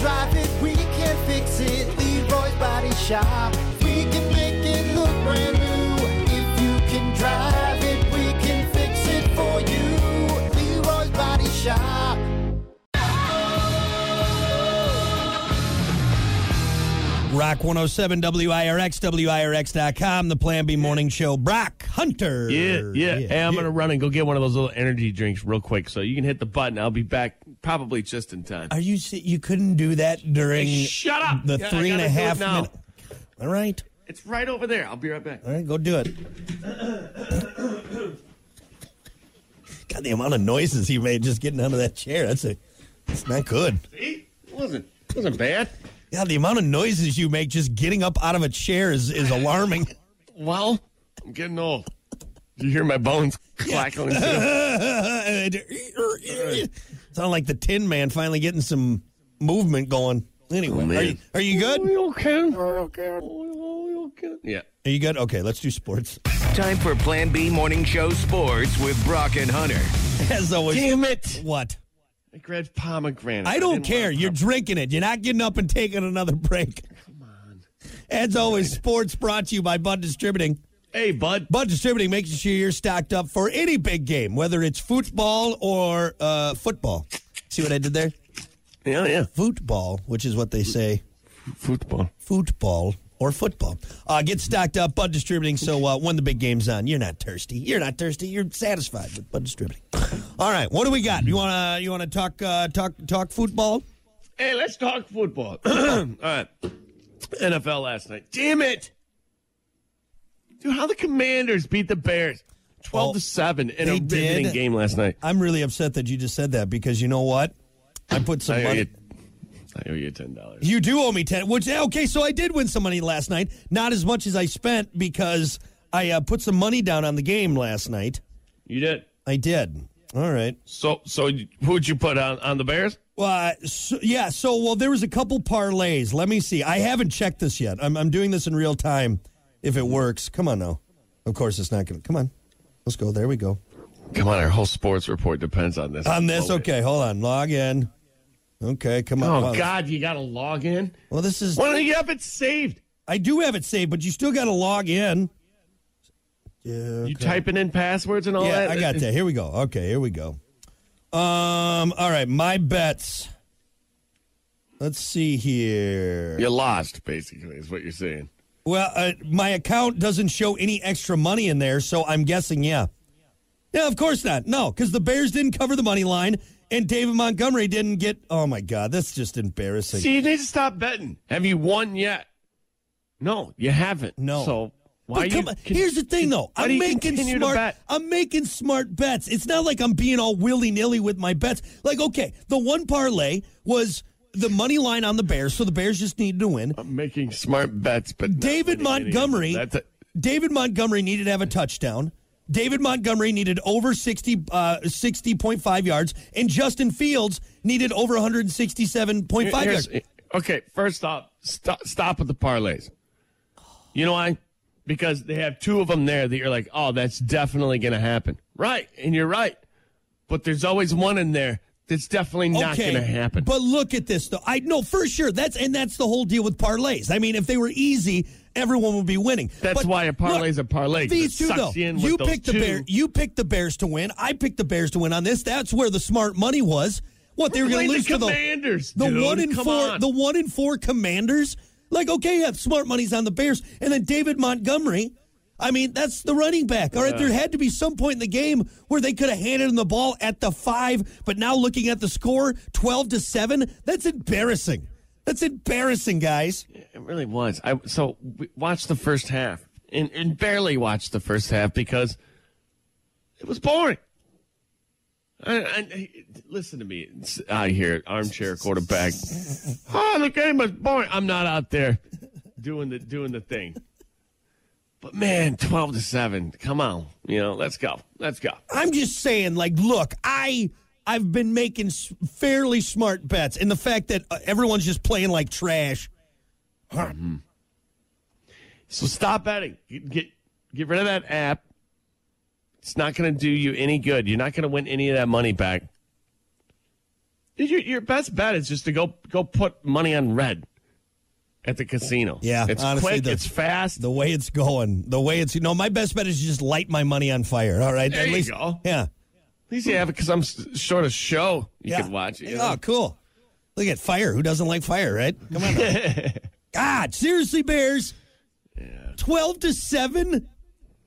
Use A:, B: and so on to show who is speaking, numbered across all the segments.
A: drive it, we can fix it. Leroy's Body Shop. We can make it look brand new. If you can drive it, we can fix it for you. Leroy's Body Shop.
B: Rock 107 WIRX, WIRX.com, the Plan B Morning Show. Brock Hunter.
C: Yeah, yeah. Hey, I'm gonna run and go get one of those little energy drinks real quick. So you can hit the button. I'll be back probably just in time.
B: Are you se- you couldn't do that during
C: Hey, shut up!
B: the
C: Yeah, I
B: three and a
C: gotta do it
B: half
C: now.
B: minute? All right,
C: It's right over there. I'll be right back.
B: all right, go do it. God, the amount of noises he made just getting out of that chair—that's a—it's not good.
C: See? It wasn't it wasn't bad.
B: Yeah, the amount of noises you make just getting up out of a chair is is alarming.
C: Well, I'm getting old. You hear my bones clackling? too?
B: Sound like the Tin Man finally getting some movement going. Anyway,
C: Oh, man.
B: are, you, are you good?
C: You okay? You okay? Yeah.
B: Are you good? Okay, let's do sports.
D: Time for Plan B Morning Show Sports with Brock and Hunter.
B: As always.
C: Damn it!
B: What?
C: I grabbed pomegranate.
B: I don't
C: didn't
B: care.
C: want
B: You're drinking it. You're not getting up and taking another break. Come on. As always, sports brought to you by Bud Distributing.
C: pom- Hey, bud.
B: Bud Distributing making sure you're stocked up for any big game, whether it's football or uh, football. See what I did there?
C: Yeah, yeah.
B: Football, which is what they say
C: Football.
B: football or football. Uh, get stocked up, Bud Distributing. So uh, when the big game's on, you're not thirsty. You're not thirsty. You're satisfied with Bud Distributing. All right, what do we got? You wanna you wanna talk uh, talk talk football?
C: Hey, let's talk football. All right. NFL last night. Damn it. Dude, how the Commanders beat the Bears 12
B: Well,
C: to 7 in a
B: they did.
C: riveting game last night.
B: I'm really upset that you just said that because you know what? I put some
C: I owe,
B: money.
C: you, I owe you $10.
B: You do owe me ten. Which eh, okay, so I did win some money last night. Not as much as I spent because I uh, put some money down on the game last night.
C: You did.
B: I did. All right.
C: So, so who'd you put on, on the Bears?
B: Well, uh, so, yeah. So, well, there was a couple parlays. Let me see. I haven't checked this yet. I'm, I'm doing this in real time. If it works, come on now. Of course, it's not going to. Come on, let's go. There we go.
C: Come on, our whole sports report depends on this.
B: On this,
C: Blow it.
B: okay. Hold on. Log in. Okay, come on.
C: Oh,
B: Wow.
C: God, you got to log in?
B: Well, this is.
C: Why don't you have it saved?
B: I do have it saved, but you still got to log in. Yeah.
C: You
B: okay.
C: typing in passwords and all
B: yeah,
C: that?
B: I got that. Here we go. Okay, here we go. Um. All right, my bets. Let's see here.
C: You lost, basically, is what you're saying.
B: Well, uh, my account doesn't show any extra money in there, so I'm guessing yeah. Yeah, of course not. No, because the Bears didn't cover the money line, and David Montgomery didn't get. Oh my God, that's just embarrassing.
C: See, you need to stop betting. Have you won yet? No, you haven't.
B: No.
C: So why
B: but come
C: you,
B: on,
C: con-
B: here's the thing, though.
C: why do
B: I'm
C: you
B: making
C: continue to
B: smart.
C: bet?
B: I'm making smart bets. It's not like I'm being all willy nilly with my bets. Like, okay, the one parlay was the money line on the Bears, so the Bears just needed to win.
C: I'm making smart bets, but not
B: David
C: winning any of them.
B: Montgomery.
C: That's a,
B: David Montgomery needed to have a touchdown. David Montgomery needed over 60, uh, 60.5 yards, and Justin Fields needed over 167.5
C: here's-
B: yards.
C: Okay, first off, stop stop with the parlays. You know why? Because they have two of them there that you're like, oh, that's definitely going to happen. Right, and you're right. But there's always one in there that's definitely not
B: Okay,
C: going to happen.
B: But look at this, though. I know for sure that's and that's the whole deal with parlays. I mean, if they were easy, everyone would be winning.
C: That's
B: But
C: why a parlay's
B: look,
C: a parlay, 'cause
B: These
C: it
B: two,
C: sucks
B: though,
C: you in with
B: you
C: those
B: picked the
C: two.
B: bear, you picked the Bears to win. I picked the Bears to win on this. That's where the smart money was. What they were going
C: Playing
B: to lose
C: the
B: to the
C: Commanders.
B: The
C: dude.
B: one in
C: Come
B: four,
C: on.
B: the one in four commanders. Like, okay, yeah, smart money's on the Bears, and then David Montgomery. I mean, that's the running back. All right, there had to be some point in the game where they could have handed him the ball at the five, but now looking at the score, twelve to seven, that's embarrassing. That's embarrassing, guys.
C: It really was. I so we watched the first half and, and barely watched the first half because it was boring. I, I, listen to me It's out here, armchair quarterback. oh, the game was boring. I'm not out there doing the doing the thing. But man, twelve to seven. Come on, you know, let's go, let's go.
B: I'm just saying, like, look, I I've been making s- fairly smart bets, and the fact that uh, everyone's just playing like trash.
C: So stop betting. Get get, get rid of that app. It's not going to do you any good. You're not going to win any of that money back. Your, your best bet is just to go go put money on red at the casino.
B: Yeah,
C: it's
B: honestly,
C: quick,
B: the-
C: it's fast.
B: The way it's going, the way it's you know, my best bet is you just light my money on fire. All right,
C: There
B: at
C: you
B: least
C: go.
B: yeah,
C: At least you have it because I'm s- short of show you
B: yeah.
C: can watch. You
B: Oh,
C: know?
B: cool. Look at fire. Who doesn't like fire, right? Come on. now. God, seriously, Bears. Twelve to seven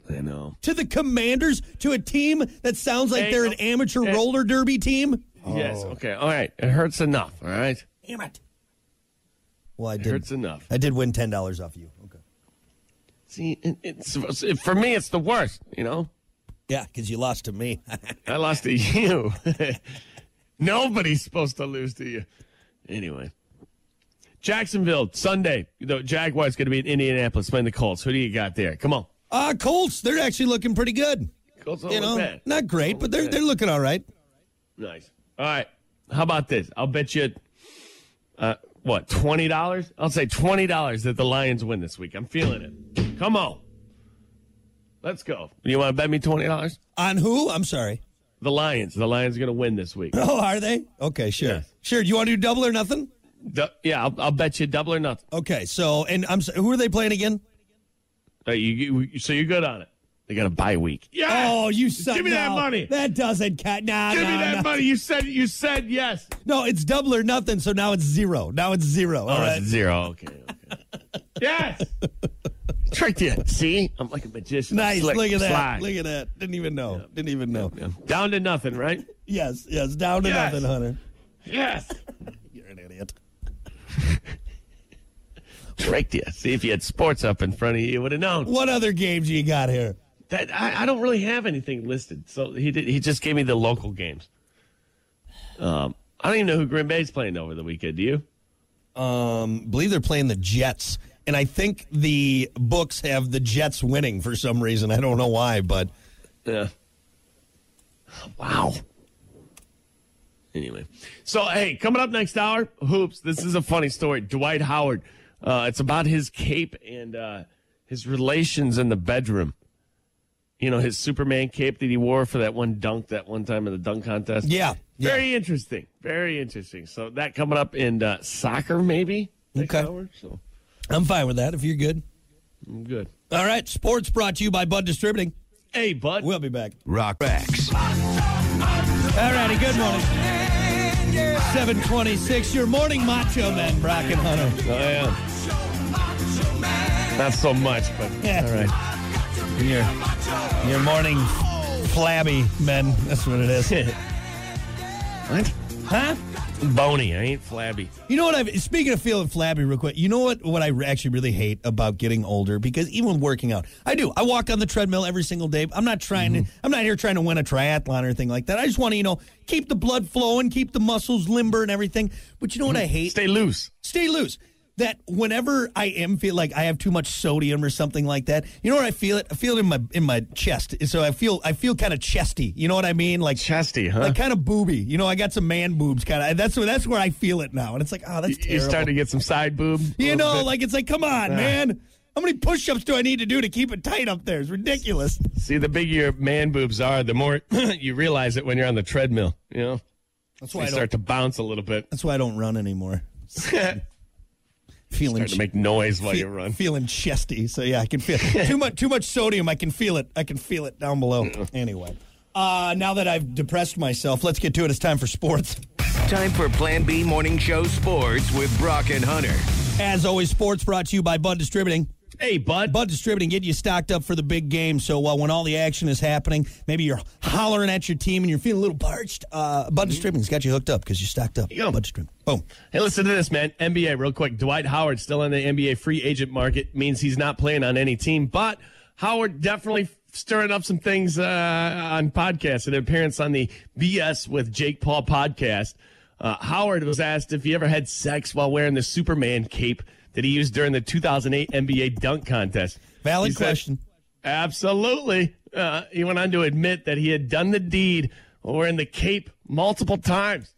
C: I know.
B: to the Commanders to a team that sounds like
C: Hey,
B: they're an
C: uh,
B: amateur
C: hey.
B: roller derby team.
C: Yes. Okay. All right. It hurts enough. All right.
B: Damn it. Well, I
C: It hurts
B: did.
C: enough.
B: I did win ten dollars off you. Okay.
C: See, it, it's it, for me. It's the worst. You know,
B: Yeah, because you lost to me.
C: I lost to you. Nobody's supposed to lose to you. Anyway, Jacksonville Sunday. The Jaguars going to be in Indianapolis playing the Colts. Who do you got there? Come on.
B: uh, Colts. They're actually looking pretty good.
C: Colts don't
B: You
C: look
B: know,
C: bad.
B: not great, but they're
C: bad.
B: they're looking all right.
C: Nice. All right. How about this? I'll bet you, uh, what, $20? I'll say $20 that the Lions win this week. I'm feeling it. Come on. Let's go. You want to bet me $20?
B: On who? I'm sorry.
C: The Lions. The Lions are going to win this week.
B: Oh, are they? Okay, sure,
C: Yes.
B: sure. Do you want to do double or nothing?
C: Du- yeah, I'll, I'll bet you double or nothing.
B: Okay, so and I'm so- who are they playing again?
C: Uh, you, you- so you're good on it. They got a bye week. Yeah.
B: Oh, you suck.
C: Give me that
B: No,
C: money.
B: That doesn't count. Nah,
C: Give me
B: no,
C: that
B: no.
C: money. You said you said yes.
B: No, it's double or nothing. So now it's zero. Now it's zero. All
C: Oh,
B: right.
C: it's zero. Okay. okay. yes. Tricked you. See? I'm like a magician.
B: Nice.
C: Slick,
B: Look at that.
C: sly.
B: Look at that. Didn't even know. Didn't even know.
C: Yeah. Down to nothing, right?
B: Yes. Yes. Down to
C: Yes.
B: nothing, Hunter.
C: Yes.
B: You're an idiot.
C: Tricked you. See, if you had sports up in front of you, you would have known.
B: What other games you got here?
C: That I, I don't really have anything listed. So he did, he just gave me the local games. Um, I don't even know who Green Bay's playing over the weekend. Do you?
B: Um, believe they're playing the Jets, and I think the books have the Jets winning for some reason. I don't know why, but
C: Yeah. Wow. Anyway, so hey, coming up next hour, hoops. This is a funny story. Dwight Howard. Uh, it's about his cape and uh, his relations in the bedroom. You know his Superman cape that he wore for that one dunk that one time in the dunk contest.
B: yeah, yeah.
C: Very interesting. Very interesting. So that coming up in uh, soccer, maybe. next
B: Okay.
C: hour. So
B: I'm fine with that if you're good.
C: I'm good.
B: All right, sports brought to you by Bud Distributing.
C: Hey, bud.
B: We'll be back.
D: Rock X.
B: All righty, good morning. 726, your morning macho man, Brock and Hunter.
C: I am. Not so much, but
B: Yeah. All right. Your, your morning flabby men. That's what it is.
C: what?
B: huh?
C: Bony. I ain't flabby.
B: You know what I've speaking of feeling flabby real quick. You know what what I re- actually really hate about getting older because even working out, I do. I walk on the treadmill every single day. I'm not trying
C: Mm-hmm.
B: to. I'm not here trying to win a triathlon or anything like that. I just want to you know keep the blood flowing, keep the muscles limber and everything. But you know what I hate?
C: Stay loose.
B: stay loose. That whenever I am feel like I have too much sodium or something like that, you know what I feel it? I feel it in my in my chest. So I feel I feel kind of chesty. You know what I mean? Like
C: Chesty, huh?
B: like kind of booby. You know, I got some man boobs. Kind of that's where that's where I feel it now, and it's like oh, that's
C: you
B: terrible.
C: start to get some side boob.
B: you
C: A little
B: know,
C: bit.
B: like it's like come on, man. How many push-ups do I need to do to keep it tight up there? It's ridiculous.
C: see, the bigger your man boobs are, the more you realize it when you're on the treadmill. You know,
B: That's
C: they
B: why Oh, I
C: start
B: don't.
C: to bounce a little bit,
B: That's why I don't run anymore.
C: start
B: Feeling
C: to make noise while you
B: fe-
C: run.
B: Feeling chesty, so yeah, I can feel too much. Too much sodium, I can feel it. I can feel it down below. Anyway, uh, now that I've depressed myself, let's get to it. It's time for sports.
D: Time for Plan B Morning Show Sports with Brock and Hunter.
B: As always, sports brought to you by Bud Distributing.
C: Hey, bud.
B: Bud Distributing, get you stocked up for the big game. So uh, when all the action is happening, maybe you're hollering at your team and you're feeling a little parched. Uh, Bud
C: Mm-hmm.
B: Distributing's got you hooked up because you're stocked up.
C: Yeah.
B: Bud Distributing. Boom.
C: Hey, listen to this, man. NBA, real quick. Dwight Howard still in the NBA free agent market means he's not playing on any team, but Howard definitely stirring up some things uh, on podcasts. An appearance on the BS with Jake Paul podcast. Uh, Howard was asked if he ever had sex while wearing the Superman cape that he used during the 2008 NBA dunk contest.
B: Valid
C: He said-
B: question.
C: Absolutely. Uh, he went on to admit that he had done the deed or in the Cape multiple times.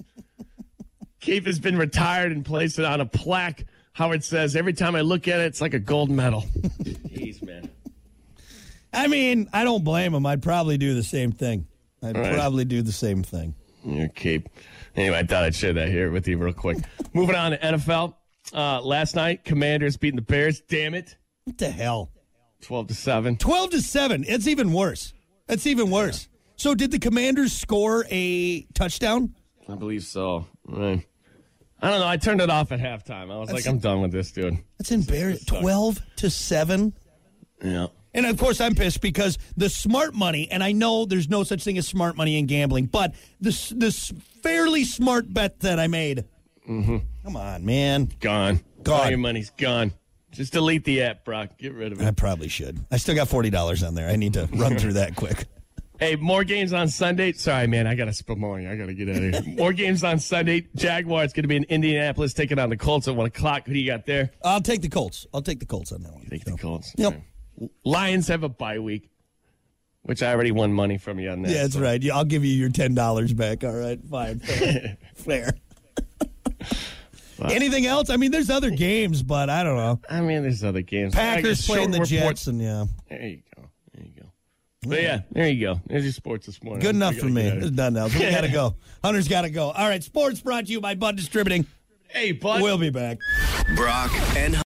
C: Cape has been retired and placed it on a plaque. Howard says, every time I look at it, it's like a gold medal. Jeez, man.
B: I mean, I don't blame him. I'd probably do the same thing. I'd
C: right.
B: probably do the same thing.
C: Your Cape. Anyway, I thought I'd share that here with you real quick. Moving on to NFL. Uh, last night, Commanders beating the Bears. Damn it,
B: What the hell?
C: twelve to seven.
B: 12 to 7. It's even worse. It's even worse. So did the Commanders score a touchdown?
C: I believe so. Mm. I don't know. I turned it off at halftime. I was like, I'm done with this, dude.
B: That's embarrassing. 12 to 7.
C: Yeah.
B: And of course, I'm pissed because the smart money, and I know there's no such thing as smart money in gambling, but this this fairly smart bet that I made. Mm-hmm. Come on, man.
C: Gone.
B: Gone.
C: All your money's gone. Just delete the app, Brock. Get rid of
B: I
C: it.
B: probably should. I still got forty dollars on there. I need to run through that quick.
C: Hey, more games on Sunday. Sorry, man. I got to spill money. I got to get out of here. more games on Sunday. Jaguars going to be in Indianapolis taking on the Colts at 1 o'clock. Who do you got there?
B: I'll take the Colts. I'll take the Colts on that one.
C: Take the
B: So-
C: Colts.
B: Yep.
C: Okay. Lions have a bye week, which I already won money from you on that.
B: Yeah, that's right. Yeah, I'll give you your ten dollars back. All right, fine, fair. Fair. Anything else? I mean, there's other games, but I don't know.
C: I mean, there's other games. I
B: Packers
C: guess short
B: playing the
C: report-
B: Jets, and yeah,
C: There you go. There you go. But yeah, there you go. There's your sports this morning.
B: good enough
C: I
B: for
C: gotta
B: me.
C: get out of
B: There's nothing else. We gotta go. Hunter's gotta go. All right, sports brought to you by Bud Distributing.
C: here. Hey, bud.
B: We'll be back.
D: Brock and